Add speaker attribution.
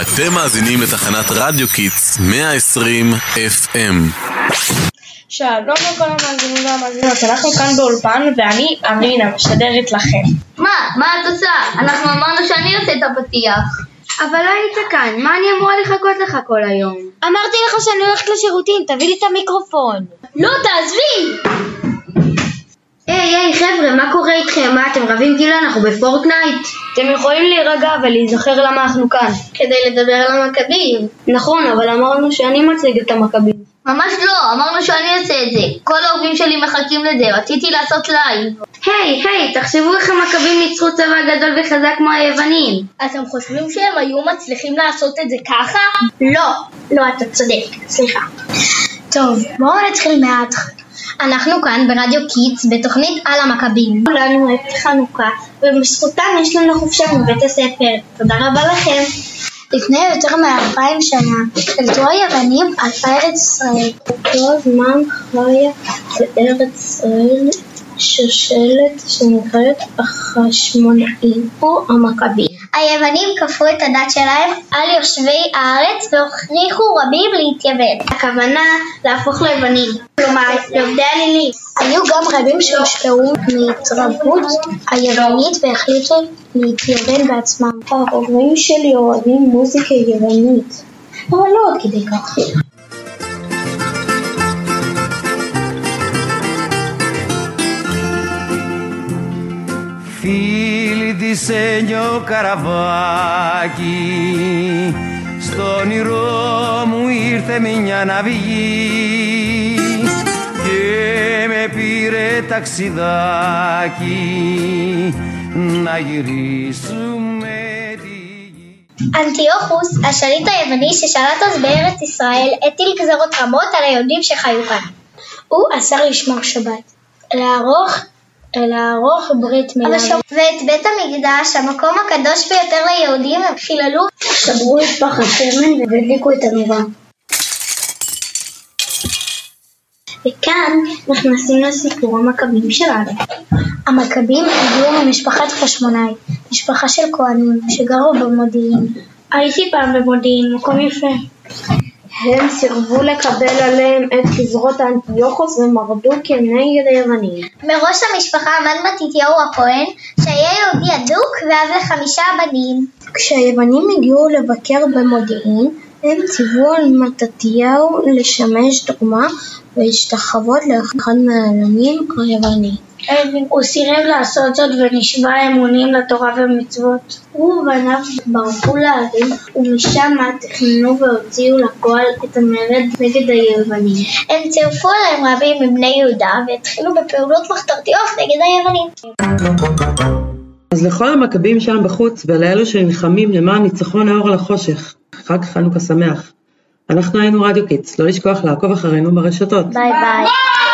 Speaker 1: אתם מאזינים לתחנת רדיו קיטס 120 FM.
Speaker 2: שלום לכל המאזינים והמאזינות, אנחנו כאן באולפן ואני אמינה משדרת לכם.
Speaker 3: מה? מה את עושה? אנחנו אמרנו שאני עושה את הפתיח.
Speaker 4: אבל לא היית כאן, מה אני אמורה לחכות לך כל היום?
Speaker 5: אמרתי לך שאני הולכת לשירותים, כן, תביא לי את המיקרופון.
Speaker 3: לא, תעזבי!
Speaker 4: היי, היי, חבר'ה, מה קורה איתכם? מה, אתם רבים כאילו אנחנו בפורטנייט?
Speaker 6: אתם יכולים להירגע ולהיזכר למה אנחנו כאן.
Speaker 3: כדי לדבר על המכבים.
Speaker 6: נכון, אבל אמרנו שאני מציג את המכבים.
Speaker 3: ממש לא, אמרנו שאני אעשה את זה. כל האהובים שלי מחכים לזה, רציתי לעשות לייב.
Speaker 4: היי, היי, תחשבו איך המכבים ניצחו צבא גדול וחזק כמו היוונים.
Speaker 3: אתם חושבים שהם היו מצליחים לעשות את זה ככה?
Speaker 7: לא, לא, אתה צודק, סליחה. טוב, בואו נתחיל מההתחלה. אנחנו כאן ברדיו קיטס בתוכנית על המכבים.
Speaker 8: כולנו את חנוכה, ובזכותם יש לנו חופשה מבית הספר. תודה רבה לכם.
Speaker 7: לפני יותר מאלפיים שנה, קלטו היוונים על ארץ ישראל.
Speaker 8: אותו זמן חיה בארץ ישראל שושלת שנקראת החשמונאים, או המכבים.
Speaker 7: היוונים כפו את הדת שלהם על יושבי הארץ והוכריחו רבים להתייוון.
Speaker 8: הכוונה להפוך ליוונים, כלומר לעובדי אלילים.
Speaker 7: היו גם רבים שהושפעו מהתרבות היוונית והחליטו להתייוון בעצמם.
Speaker 8: ההורים שלי אוהבים מוזיקה יוונית, אבל לא עד כדי כך.
Speaker 9: φίλη της ένιω καραβάκι στο όνειρό μου ήρθε μια ναυγή και με πήρε ταξιδάκι να γυρίσουμε
Speaker 7: אנטיוכוס, השליט היווני ששלט אז בארץ ישראל, הטיל גזרות רמות על היהודים שחיו כאן.
Speaker 8: הוא אסר לשמור שבת, לערוך לערוך ברית מילה.
Speaker 7: ואת בית המקדש, המקום הקדוש ביותר ליהודים, הם חיללו.
Speaker 8: שברו את פח השמן והדליקו את הנורה. וכאן נכנסים לסיפור המכבים שלנו.
Speaker 7: המכבים הגיעו ממשפחת חשמונאי, משפחה של כהנים שגרו במודיעין.
Speaker 8: הייתי פעם במודיעין, מקום יפה.
Speaker 4: הם סירבו לקבל עליהם את גזרות האנטיוכוס ומרדו כנגד היוונים.
Speaker 7: מראש המשפחה עמד מתתיהו הכהן, שהיה יהודי אדוק ואב לחמישה בנים.
Speaker 8: כשהיוונים הגיעו לבקר במודיעין, הם ציוו על מתתיהו לשמש דוגמה והשתחוות לאחד מהעלמים היווני.
Speaker 4: הוא סירב לעשות זאת ונשבע אמונים לתורה ומצוות.
Speaker 8: הוא ובניו ברחו להרים ומשם תכננו והוציאו לפועל את המרד נגד היוונים.
Speaker 7: הם צירפו עליהם רבים מבני יהודה והתחילו בפעולות מחתרתיות נגד היוונים.
Speaker 10: אז לכל המכבים שם בחוץ ולאלו שנלחמים למען ניצחון האור לחושך, חג חנוכה שמח. אנחנו היינו רדיו קיטס, לא לשכוח לעקוב אחרינו ברשתות.
Speaker 7: ביי ביי.